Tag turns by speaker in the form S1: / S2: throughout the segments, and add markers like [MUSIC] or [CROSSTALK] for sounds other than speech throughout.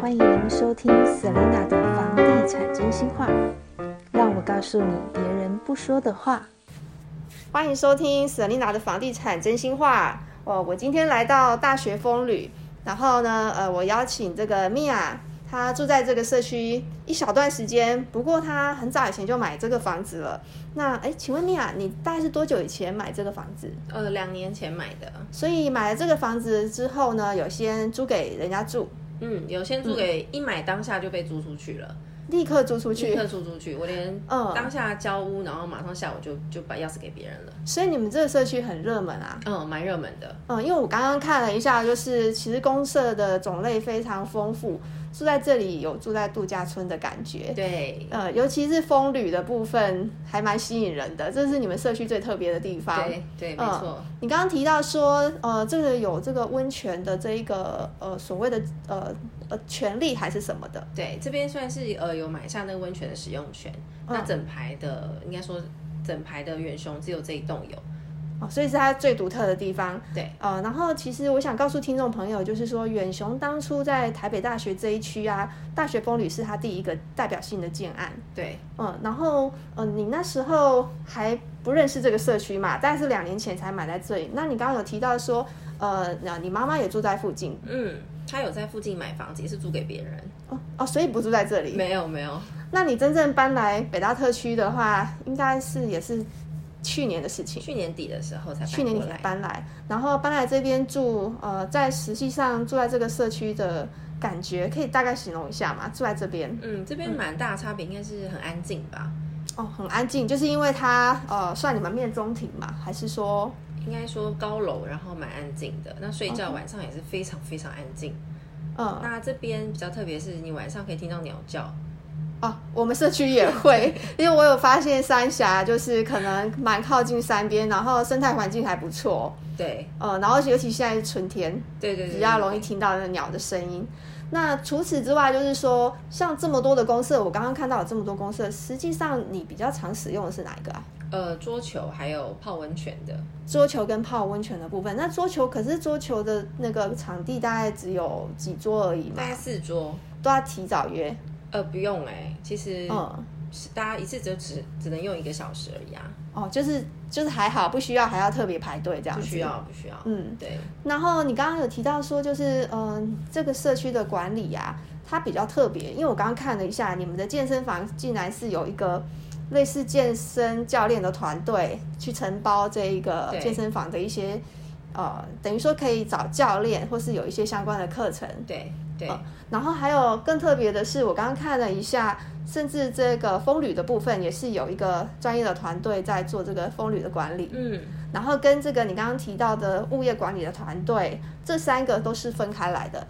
S1: 欢迎您收听 Selina 的房地产真心话，让我告诉你别人不说的话。
S2: 欢迎收听 Selina 的房地产真心话。哦，我今天来到大学风旅，然后呢，呃，我邀请这个 Mia，她住在这个社区一小段时间，不过她很早以前就买这个房子了。那哎，请问 Mia，你大概是多久以前买这个房子？
S3: 呃，两年前买的，
S2: 所以买了这个房子之后呢，有先租给人家住，
S3: 嗯，有先租给，一买当下就被租出去了，
S2: 立刻租出
S3: 立
S2: 去
S3: 刻。租出去，我连
S2: 嗯
S3: 当下交屋，然后马上下午就就把钥匙给别人了，
S2: 所以你们这个社区很热门啊。
S3: 嗯，蛮热门的，
S2: 嗯，因为我刚刚看了一下，就是其实公社的种类非常丰富，住在这里有住在度假村的感觉。
S3: 对，
S2: 呃，尤其是风旅的部分还蛮吸引人的，这是你们社区最特别的地方。
S3: 对对，没
S2: 嗯
S3: 错，
S2: 你刚刚提到说，呃，这个有这个温泉的这一个呃所谓的呃呃权利还是什么的，
S3: 对，这边算是呃有买下那个温泉的使用权，那
S2: 嗯
S3: 整排的应该说整排的远雄只有这一栋有，
S2: 哦，所以是它最独特的地方。
S3: 对，
S2: 呃，然后其实我想告诉听众朋友，就是说远雄当初在台北大学这一区啊，大学风旅是它第一个代表性的建案。
S3: 对，
S2: 嗯，然后嗯，你那时候还不认识这个社区嘛？大概是两年前才买在这里。那你刚刚有提到说，呃，那你妈妈也住在附近
S3: 嗯，他有在附近买房子，也是租给别人，
S2: 哦哦，所以不住在这里。
S3: 没有没有，
S2: 那你真正搬来北大特区的话，应该是也是去年的事情。
S3: 去年底的时候才
S2: 去
S3: 搬
S2: 年你
S3: 过
S2: 才
S3: 来，
S2: 搬来，然后搬来这边住，呃，在实际上住在这个社区的感觉，可以大概形容一下吗？住在这边，
S3: 嗯，这边蛮大的差别，应该是很安静吧，
S2: 哦，很安静，就是因为它，呃，算你们面中庭嘛，还是说
S3: 应该说高楼，然后蛮安静的。那睡觉晚上也是非常非常安静。
S2: 嗯
S3: 那这边比较特别是，你晚上可以听到鸟叫。
S2: 哦，我们社区也会， [LAUGHS] 因为我有发现三峡就是可能蛮靠近山边，然后生态环境还不错，
S3: 对，
S2: 呃，然后尤其现在是春天，
S3: 对对对，
S2: 比较容易
S3: 对。
S2: 听到那个鸟的声音。那除此之外，就是说像这么多的公社，我刚刚看到有这么多公社，实际上你比较常使用的是哪一个啊？
S3: 呃，桌球还有泡温泉的，
S2: 桌球跟泡温泉的部分，那桌球可是桌球的那个场地大概只有几桌而已嘛
S3: 大，概四桌。
S2: 都要提早约。
S3: 呃，不用哎、其实
S2: 嗯，
S3: 是大家一次只只只能用一个小时而已啊，
S2: 哦，就是就是还好，不需要还要特别排队这样
S3: 不
S2: 子。
S3: 需要不需要。
S2: 嗯，
S3: 对，
S2: 然后你刚刚有提到说，就是嗯、这个社区的管理啊，它比较特别，因为我刚刚看了一下，你们的健身房竟然是有一个类似健身教练的团队去承包这一个
S3: 对
S2: 健身房的一些，呃，等于说可以找教练或是有一些相关的课程。
S3: 对对、
S2: 然后还有更特别的是，我刚刚看了一下，甚至这个风旅的部分也是有一个专业的团队在做这个风旅的管理。
S3: 嗯，
S2: 然后跟这个你刚刚提到的物业管理的团队，这三个都是分开来的。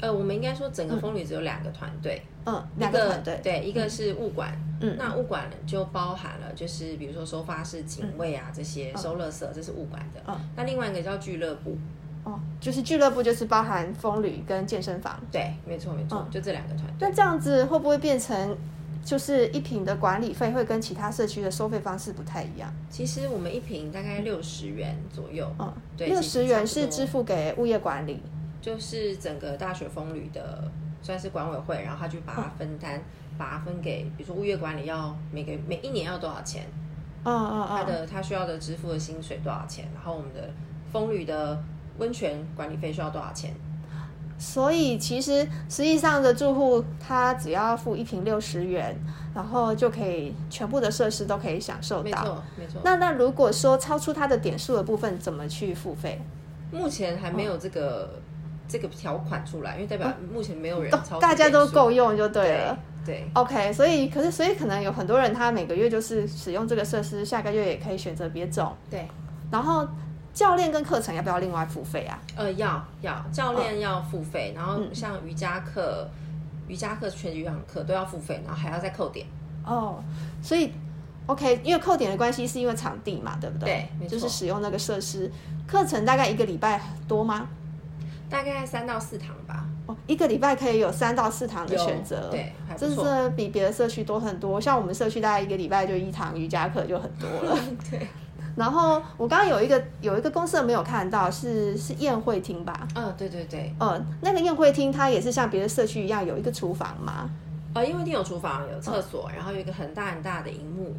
S3: 呃，我们应该说整个风旅只有两个团队，
S2: 嗯，
S3: 一
S2: 两个团队。
S3: 对，一个是物管，
S2: 嗯
S3: 那物管就包含了就是比如说收发室、警卫啊这些收垃圾，这是物管的，
S2: 嗯
S3: 那另外一个叫俱乐部，
S2: 哦，就是俱乐部就是包含风旅跟健身房。
S3: 对，没错没错，
S2: 嗯
S3: 就这两个团队，
S2: 那这样子会不会变成就是一平的管理费会跟其他社区的收费方式不太一样？
S3: 其实我们一瓶大概六十元左右，
S2: 嗯，
S3: 对
S2: 六
S3: 其实
S2: 十元
S3: 差不
S2: 是
S3: 多
S2: 支付给物业管理。
S3: 就是整个大学风旅的算是管委会，然后他就把
S2: 嗯
S3: 它分担，把它分给比如说物业管理要每个每一年要多少钱，
S2: 嗯嗯
S3: 他
S2: 嗯。
S3: 的他需要的支付的薪水多少钱，然后我们的风旅的温泉管理费需要多少钱，
S2: 所以其实实际上的住户他只要付一平六十元，然后就可以全部的设施都可以享受
S3: 没
S2: 到。
S3: 错没错。
S2: 那那如果说超出它的点数的部分，怎么去付费？
S3: 目前还没有这个、这个条款出来，因为代表目前没有人超、
S2: 哦大家嗯啊都够用哦就对了。
S3: 对
S2: OK，所以可是所以可能有很多人他每个月就是使用这个设施，下个月也可以选择别种。
S3: 对，
S2: 然后教练跟课程要不要另外付费啊？
S3: 呃，要要教练要付费，
S2: 嗯
S3: 然后像瑜伽课、瑜伽课、全瑜伽课都要付费，然后还要再扣点。
S2: 哦，所以 OK，因为扣点的关系是因为场地嘛，对不对？
S3: 对没
S2: 就
S3: 错
S2: 是使用那个设施。课程大概一个礼拜多吗？
S3: 大概三到四堂吧，
S2: 哦，一个礼拜可以有三到四堂的
S3: 有
S2: 选择。
S3: 对，还
S2: 这
S3: 不
S2: 是真
S3: 错。
S2: 的 [LAUGHS] 比别的社区多很多。像我们社区大概一个礼拜就一堂瑜伽课就很多了。对。 [LAUGHS] 然后我刚刚有一个有一个公社没有看到，是是宴会厅吧？
S3: 嗯，对对对，
S2: 呃，那个宴会厅它也是像别的社区一样有一个厨房嘛？
S3: 呃，因为一定有厨房、有厕所，
S2: 嗯
S3: 然后有一个很大很大的荧幕，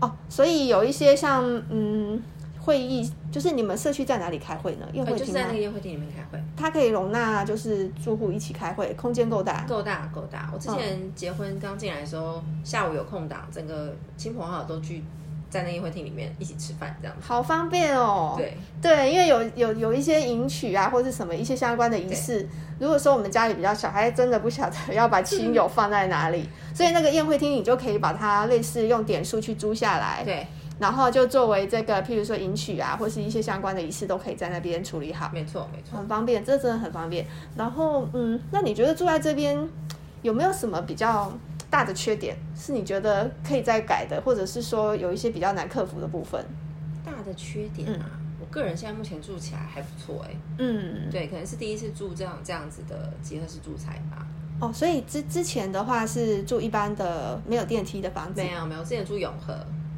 S2: 哦，所以有一些像嗯会议，就是你们社区在哪里开会呢？宴
S3: 呃，
S2: 会
S3: 就是
S2: 厅吗
S3: 在那个宴会厅里面开会，
S2: 它可以容纳就是住户一起开会，空间够大。
S3: 够大够大。我之
S2: 嗯
S3: 前结婚刚进来的时候，下午有空档，整个亲朋好友都聚在那宴会厅里面一起吃饭，这样子。
S2: 好方便哦！
S3: 对，
S2: 对因为有有有一些迎娶啊，或是什么一些相关的仪式。如果说我们家里比较小，还真的不晓得要把亲友放在哪里，所以那个宴会厅你就可以把它类似用点数去租下来，
S3: 对，
S2: 然后就作为这个，譬如说迎娶啊，或是一些相关的仪式，都可以在那边处理好。
S3: 没错没错。
S2: 很方便，这真的很方便。然后，嗯，那你觉得住在这边有没有什么比较大的缺点，是你觉得可以再改的，或者是说有一些比较难克服的部分？
S3: 大的缺点啊，我个人现在目前住起来还不错哎、
S2: 嗯，
S3: 对，可能是第一次住这样这样子的集合式住宅吧。
S2: 哦，所以之之前的话是住一般的没有电梯的房子
S3: 没，有没有，我之前住永和，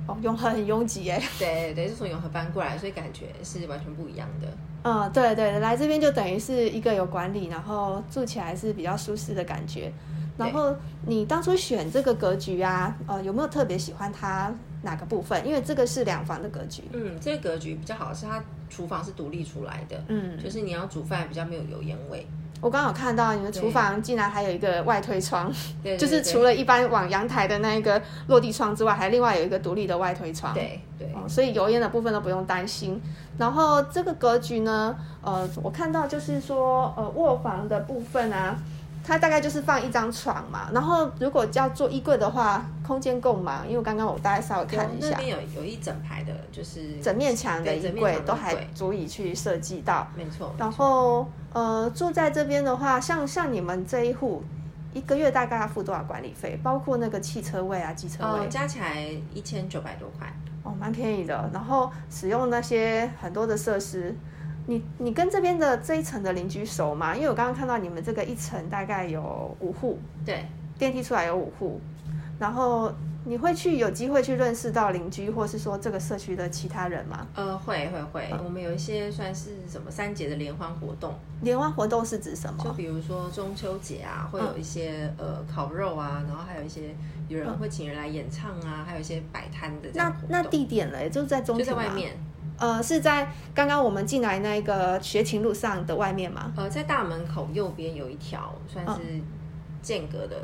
S2: 哦，永和很拥挤耶。
S3: 对对，是从永和搬过来，所以感觉是完全不一样的。
S2: 嗯，对对，来这边就等于是一个有管理，然后住起来是比较舒适的感觉。然后你当初选这个格局啊，呃，有没有特别喜欢它哪个部分？因为这个是两房的格局。
S3: 嗯，这个格局比较好的是它厨房是独立出来的，
S2: 嗯，
S3: 就是你要煮饭比较没有油烟味。
S2: 我刚好看到你们厨房竟然还有一个外推窗，
S3: 对，对
S2: 就是
S3: 对
S2: 除了一般往阳台的那一个落地窗之外，还另外有一个独立的外推窗。
S3: 对对，
S2: 哦，所以油烟的部分都不用担心。然后这个格局呢，呃，我看到就是说，呃，卧房的部分啊，它大概就是放一张床嘛。然后如果要做衣柜的话，空间够吗？因为刚刚我大概稍微看
S3: 有
S2: 一
S3: 那
S2: 下，
S3: 边有有一整排的，就是
S2: 整面墙的
S3: 对
S2: 衣
S3: 整面
S2: 柜
S3: 墙的
S2: 都
S3: 衣
S2: 还
S3: 柜
S2: 足以去设计到。
S3: 没错，
S2: 然后呃，住在这边的话，像像你们这一户，一个月大概要付多少管理费？包括那个汽车位啊、机车
S3: 呃，
S2: 位，
S3: 加起来一千九百多块。
S2: 哦，蛮便宜的。然后使用那些很多的设施，你你跟这边的这一层的邻居熟吗？因为我刚刚看到你们这个一层大概有五户，
S3: 对，
S2: 电梯出来有五户，然后。你会去有机会去认识到邻居，或是说这个社区的其他人吗？
S3: 呃，会会会，
S2: 嗯
S3: 我们有一些算是什么三节的联欢活动，
S2: 联欢活动是指什
S3: 就
S2: 么？
S3: 比如说中秋节啊，会
S2: 嗯
S3: 有一些、呃烤肉啊，然后还有一些有人会请人来演唱啊，还有一些摆摊的这样
S2: 那
S3: 活
S2: 那
S3: 动
S2: 地点嘞，就是在中
S3: 就在
S2: 庭
S3: 外
S2: 吗
S3: 面，
S2: 呃，是在刚刚我们进来那个学琴路上的外面吗？
S3: 呃，在大门口右边有一条算
S2: 嗯
S3: 是间隔的，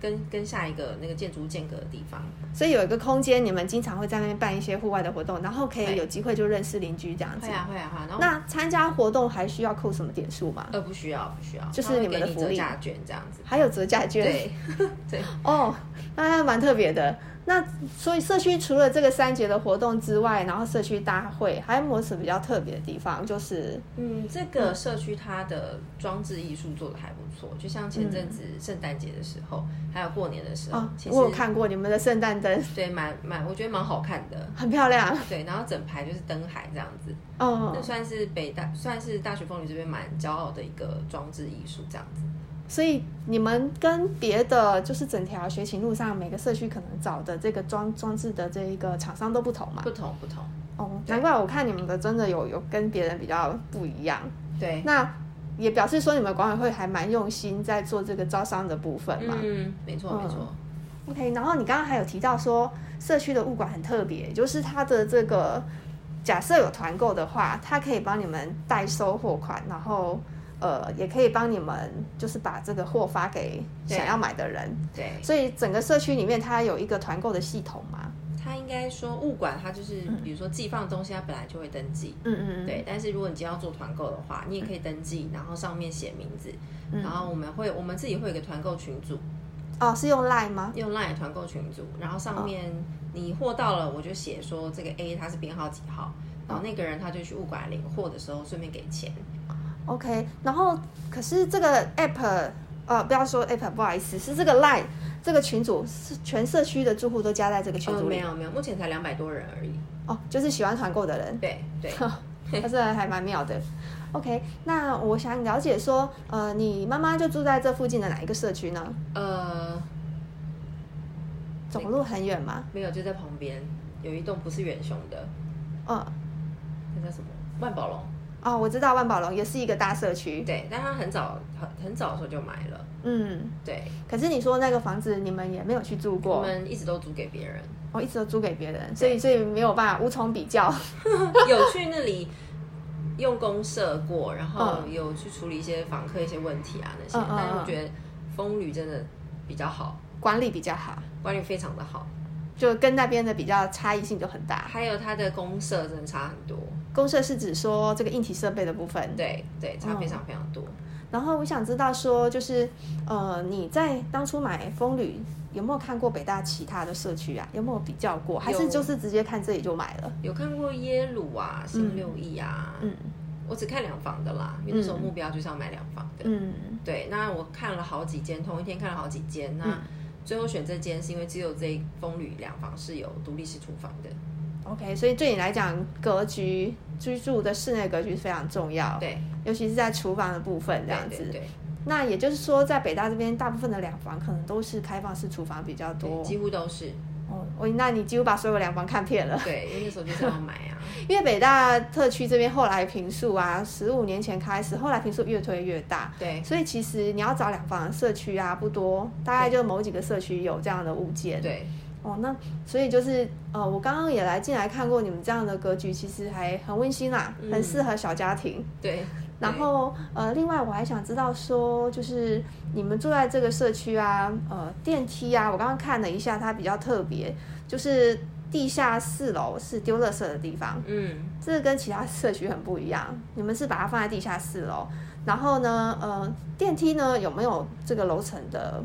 S3: 跟跟下一个那个建筑间隔的地方。
S2: 所以有一个空间，你们经常会在那边办一些户外的活动，然后可以
S3: 会
S2: 有机会就认识邻居这样子
S3: 会。啊会啊会啊，然后
S2: 那参加活动还需要扣什么点数吗？
S3: 呃不需要不需要，
S2: 就是
S3: 他会
S2: 你们的
S3: 给
S2: 福利
S3: 折价券这样子。
S2: 还有折价券？
S3: 对对，
S2: 哦，那还蛮特别的。那所以社区除了这个三节的活动之外，然后社区大会还有没有什么比较特别的地方？就是
S3: 嗯，这个社区它的装置艺术做的还不错，就像前阵子圣诞节的时候，还有过年的时候，
S2: 啊、
S3: 哦其实
S2: 我有看过你们的圣诞灯， [LAUGHS]
S3: 对，蛮蛮，我觉得蛮好看的。
S2: 很漂亮。
S3: 对，然后整排就是灯海这样子，
S2: 哦
S3: 那，算是北大，算是大学风女这边蛮骄傲的一个装置艺术这样子。
S2: 所以你们跟别的就是整条学琴路上每个社区可能找的这个装装置的这一个厂商都不同嘛？
S3: 不同不同，
S2: 哦，难怪我看你们的真的有有跟别人比较不一样。
S3: 对，
S2: 那也表示说你们管委会还蛮用心在做这个招商的部分嘛。
S3: 嗯，没错
S2: 嗯
S3: 没错，
S2: OK，然后你刚刚还有提到说社区的物管很特别，就是它的这个假设有团购的话，它可以帮你们代收货款，然后呃也可以帮你们就是把这个货发给
S3: 对
S2: 想要买的人，
S3: 对，
S2: 所以整个社区里面它有一个团购的系统嘛。
S3: 他应该说物管，它就是比如说寄放东西，它本来就会登记，
S2: 嗯嗯嗯，
S3: 对，但是如果你今天要做团购的话，你也可以登记，然后上面写名字，然后我们会我们自己会有一个团购群组，
S2: 哦，是用 Line 吗？
S3: 用 LINE 团购群组，然后上面你货到了，我就写说这个 A 它是编号几号，然后那个人他就去物管领货的时候顺便给钱。
S2: OK，然后可是这个 App，呃，不要说 App，不好意思，是这个 Line 这个群组是全社区的住户都加在这个群
S3: 呃，
S2: 组
S3: 没
S2: 里、
S3: 有没有，目前才两百多人而已。
S2: 哦，就是喜欢团购的人，
S3: 对对，
S2: 他这 [LAUGHS] 还蛮妙的。OK，那我想了解说，呃，你妈妈就住在这附近的哪一个社区呢？
S3: 呃，
S2: 走路很远吗？
S3: 没有，就在旁边有一栋不是远雄的，
S2: 嗯，
S3: 那叫什么万宝龙，
S2: 哦，我知道万宝龙也是一个大社区，
S3: 对，但他很早很很早的时候就买了，
S2: 嗯，
S3: 对，
S2: 可是你说那个房子你们也没有去住
S3: 我
S2: 过，
S3: 们一直都租给别人，
S2: 我、一直都租给别人，所以所以没有办法无从比较，
S3: [LAUGHS] 有去那里用公社过，然后
S2: 嗯
S3: 有去处理一些访客一些问题啊那
S2: 嗯
S3: 些，
S2: 嗯嗯
S3: 但是我觉得风旅真的比较好，
S2: 管理比较好，
S3: 管理非常的好，
S2: 就跟那边的比较差异性就很大。
S3: 还有它的公社真的差很多，
S2: 公社是指说这个硬体设备的部分，
S3: 对对，差
S2: 嗯
S3: 非常非常多。
S2: 然后我想知道说，就是呃，你在当初买风旅有没有看过北大其他的社区啊？有没有比较过？还是
S3: 有
S2: 就是直接看这里就买了？
S3: 有看过耶鲁啊、新六艺啊，
S2: 嗯
S3: 我只看两房的啦，因为那时候目标就是要买两房的。
S2: 嗯
S3: 对，那我看了好几间，同一天看了好几间，那
S2: 嗯
S3: 最后选这间是因为只有这一风旅两房是有独立式厨房的。
S2: ，OK，所以对你来讲，格局居住的室内格局非常重要，
S3: 对，
S2: 尤其是在厨房的部分这样
S3: 对
S2: 子。
S3: 对对
S2: 那也就是说，在北大这边，大部分的两房可能都是开放式厨房比较
S3: 对，
S2: 多。
S3: 几乎都是。
S2: 哦，我那你几乎把所有两房看遍了。
S3: 对，因为那时候就是要买
S2: [LAUGHS]
S3: 啊。
S2: 因为北大特区这边后来平数啊，十五年前开始，后来平数越推越大，
S3: 对，
S2: 所以其实你要找两房的社区啊不多，大概就某几个社区有这样的物件。
S3: 对，
S2: 哦，那所以就是呃，我刚刚也来进来看过你们这样的格局，其实还很温馨啦，
S3: 嗯
S2: 很适合小家庭。
S3: 对。
S2: 然
S3: 对
S2: 后呃，另外我还想知道说，就是你们住在这个社区啊，呃，电梯啊，我刚刚看了一下，它比较特别，就是地下四楼是丢垃圾的地方。
S3: 嗯，
S2: 这个跟其他社区很不一样，你们是把它放在地下室楼，然后呢，呃，电梯呢有没有这个楼层的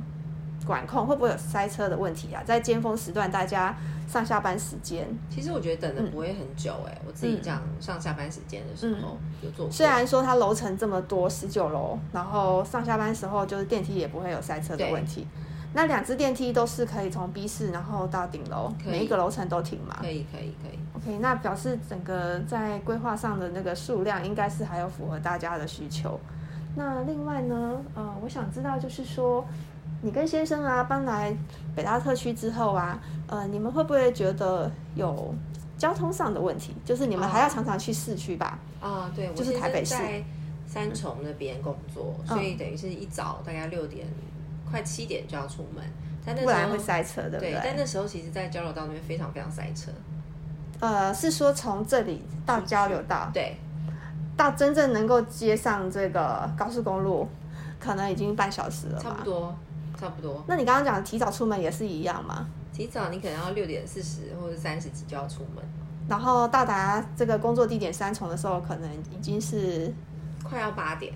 S2: 管控？会不会有塞车的问题啊？在尖峰时段，大家上下班时间，
S3: 其实我觉得等的不会很久哎、我自己这样上下班时间的时候有做过。
S2: 嗯虽然说它楼层这么多，十九楼，然后上下班时候就是电梯也不会有塞车的问题。那两只电梯都是可以从 B 室然后到顶楼，
S3: 可以
S2: 每一个楼层都停嘛
S3: 可以可以可以，
S2: ？OK，那表示整个在规划上的那个数量应该是还有符合大家的需求。那另外呢，呃，我想知道就是说，你跟先生啊搬来北大特区之后啊，呃，你们会不会觉得有交通上的问题？就是你们还要
S3: 哦
S2: 常常去市区吧？
S3: 啊，对，我
S2: 就是
S3: 先
S2: 台
S3: 生
S2: 北市
S3: 在三重那边工作，
S2: 嗯
S3: 所以等于是一早大概六点快七点就要出门，但那
S2: 不然
S3: 时
S2: 会
S3: 候
S2: 塞车，对不
S3: 对，但那时候其实，在交流道那边非常非常塞车，
S2: 呃，是说从这里到交流道，
S3: 对，
S2: 到真正能够接上这个高速公路，可能已经半小时了
S3: 差不
S2: 吧？
S3: 多差不多。
S2: 那你刚刚讲提早出门也是一样嘛？
S3: 提早你可能要六点四十或者三十几就要出门，
S2: 然后到达这个工作地点三重的时候，可能已经是
S3: 快要八点，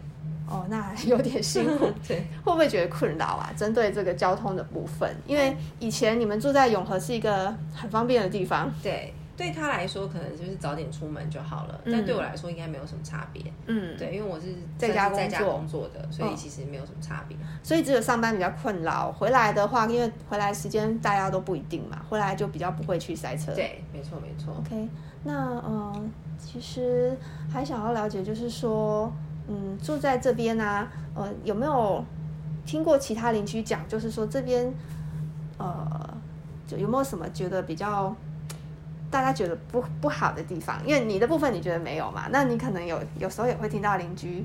S2: 哦，那有点辛
S3: [LAUGHS]
S2: 苦， [LAUGHS]
S3: 对，
S2: 会不会觉得困扰啊？针对这个交通的部分，因为以前你们住在永和是一个很方便的地方，
S3: 对，对他来说可能就是早点出门就好了，
S2: 嗯
S3: 但对我来说应该没有什么差别。
S2: 嗯，
S3: 对，因为我是
S2: 在家
S3: 算是在家
S2: 工作
S3: 工作的，所以
S2: 嗯
S3: 其实没有什么差别。
S2: 所以只有上班比较困扰，回来的话，因为回来时间大家都不一定嘛，回来就比较不会去塞车。
S3: 对，没错没错。
S2: ，OK，那嗯，其实还想要了解，就是说，嗯，住在这边啊，呃，有没有听过其他邻居讲，就是说这边，呃，就有没有什么觉得比较大家觉得不不好的地方？因为你的部分你觉得没有嘛，那你可能有有时候也会听到邻居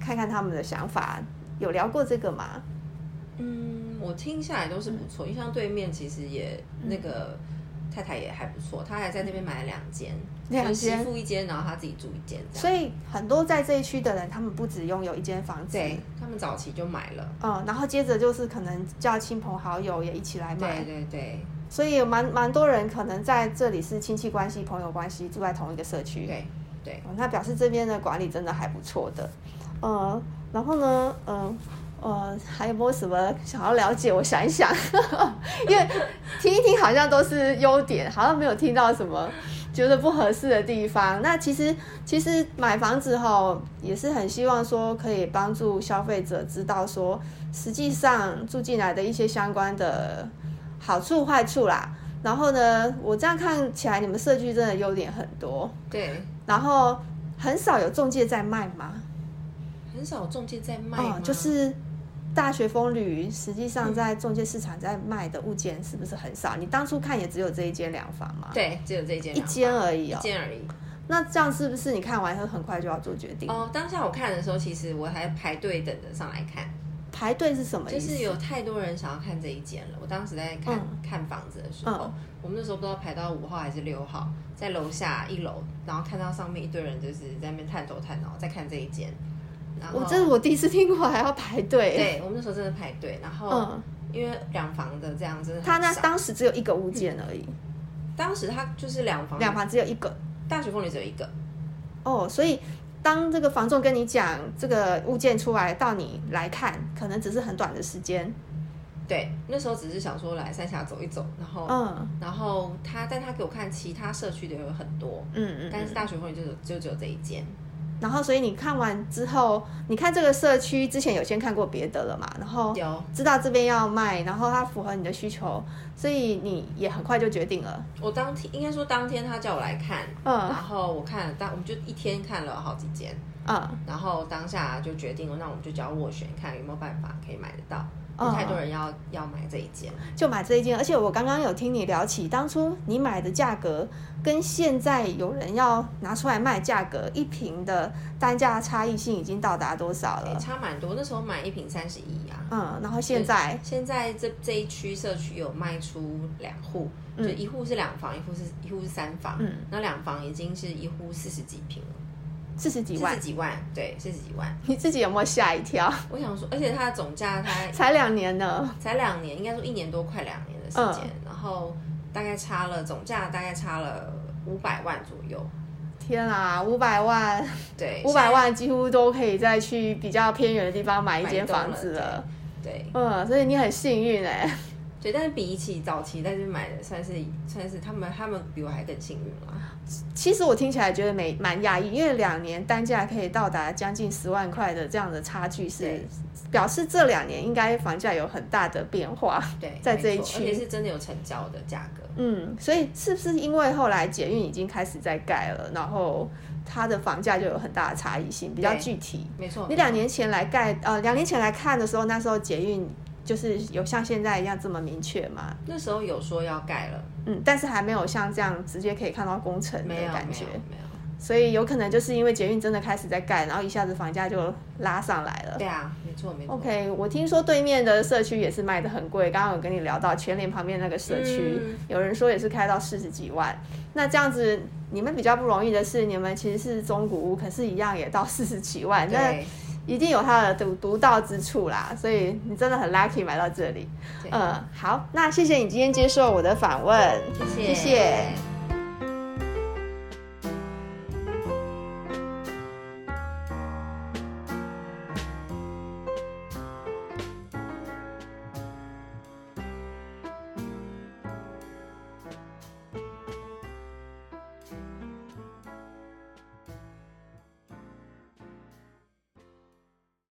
S2: 看看他们的想法，有聊过这个吗？
S3: 嗯，我听下来都是不错，因为像对面其实也
S2: 嗯
S3: 那个太太也还不错，她还在那边买了两间，
S2: 两
S3: 就是媳
S2: 间
S3: 妇一间，然后她自己住一间这样。
S2: 所以很多在这一区的人，他们不只拥有一间房子，
S3: 对，他们早期就买了。
S2: 嗯，然后接着就是可能叫亲朋好友也一起来
S3: 对
S2: 买，
S3: 对对
S2: 所以有蛮蛮多人可能在这里是亲戚关系、朋友关系住在同一个社区，
S3: 对对，
S2: 哦，那表示这边的管理真的还不错的，呃，然后呢，嗯、呃，还有没有什么想要了解？我想一想， [LAUGHS] 因为听一听好像都是优点，好像没有听到什么觉得不合适的地方。那其实其实买房子后也是很希望说可以帮助消费者知道说，实际上住进来的一些相关的好处坏处啦。然后呢，我这样看起来，你们社区真的优点很多。
S3: 对，
S2: 然后很少有中介在卖嘛，
S3: 很少中介在卖
S2: 哦
S3: 吗，
S2: 就是大学风旅实际上在中介市场在卖的物件是不是很少？你当初看也只有这一间两房嘛，
S3: 对，只有这一间
S2: 一
S3: 两房，
S2: 间而已
S3: 一
S2: 哦。
S3: 间而已。
S2: 那这样是不是你看完以后很快就要做决定？
S3: 哦，当下我看的时候，其实我还排队等着上来看，
S2: 排队是什么意
S3: 就
S2: 思？
S3: 是有太多人想要看这一间了。我当时在看、
S2: 嗯
S3: 看房子的时候，
S2: 嗯
S3: 我们那时候不知道排到五号还是六号，在楼下一楼，然后看到上面一堆人就是在那边探头探脑在看这一间，然后
S2: 我这是我第一次听过还要排队。，
S3: 对我们那时候真的排队，然后、
S2: 嗯，
S3: 因为两房的这样真的很
S2: 他那
S3: 少
S2: 当时只有一个物件而已，
S3: 嗯当时他就是两房
S2: 两房只有一个
S3: 大学风里只有一个，
S2: 哦，所以。当这个房仲跟你讲这个物件出来，到你来看，可能只是很短的时间。
S3: 对，那时候只是想说来三峡走一走，然后、
S2: 嗯
S3: 然后他但他给我看其他社区的有很多，
S2: 嗯嗯。
S3: 但是大学风里就只就只有这一间，
S2: 然后，所以你看完之后，你看这个社区之前有先看过别的了嘛？然后
S3: 有
S2: 知道这边要卖，然后它符合你的需求，所以你也很快就决定了。
S3: 我当天应该说当天他叫我来看，然
S2: 嗯
S3: 后我看了当我们就一天看了好几间，
S2: 嗯
S3: 然后当下就决定了，那我们就交斡旋看有没有办法可以买得到，有
S2: 嗯
S3: 太多人要要买这一间，
S2: 就买这一间。而且我刚刚有听你聊起，当初你买的价格跟现在有人要拿出来卖价格，一瓶的单价差异性已经到达多少
S3: 也
S2: 了？
S3: 差蛮多，那时候买一瓶三十一啊。
S2: 嗯，然后现在
S3: 现在这这一区社区有卖出两户，就一户是两房，一户是一户是三房。
S2: 嗯，
S3: 那两房已经是一户四十几平了，
S2: 四十几
S3: 四
S2: 万
S3: 十，几万，对，四十几万。
S2: 你自己有没有吓一跳？
S3: 我想说，而且它的总价它
S2: 才两年呢，
S3: 才两年，应该说一年多，快两年的时间，
S2: 嗯
S3: 然后大概差了总价大概差了五百万左右，
S2: 天啊，五百万！
S3: 对，
S2: 五百万几乎都可以再去比较偏远的地方买一间房子
S3: 买一
S2: 了
S3: 栋了。现在，对
S2: 嗯，所以你很幸运哎、
S3: 对，但是比起早期在这边买的，算是算是他们他们比我还更幸运了，
S2: 其实我听起来觉得没蛮讶异，因为两年单价可以到达将近十万块的这样的差距是
S3: 对，
S2: 表示这两年应该房价有很大的变化。
S3: 对，
S2: 在这一
S3: 没错
S2: 区
S3: 而且是真的有成交的价格。
S2: 嗯，所以是不是因为后来捷运已经开始在盖了，然后它的房价就有很大的差异性，比较
S3: 对
S2: 具体。
S3: 没错，
S2: 你两年前来盖，呃，两年前来看的时候，那时候捷运就是有像现在一样这么明确吗？
S3: 那时候有说要盖了，
S2: 嗯，但是还没有像这样直接可以看到工程的
S3: 没有
S2: 感
S3: 没
S2: 觉
S3: 有，没有，
S2: 所以有可能就是因为捷运真的开始在盖，然后一下子房价就拉上来了。
S3: 对啊，没错没错。
S2: OK，我听说对面的社区也是卖的很贵，刚刚有跟你聊到全联旁边那个社区，
S3: 嗯
S2: 有人说也是开到四十几万。那这样子，你们比较不容易的是，你们其实是中古屋，可是一样也到四十几万，那
S3: 对，
S2: 一定有它的独独到之处啦，所以你真的很 lucky 买到这里。
S3: 对
S2: 嗯，好，那谢谢你今天接受我的访问，谢
S3: 谢
S2: 谢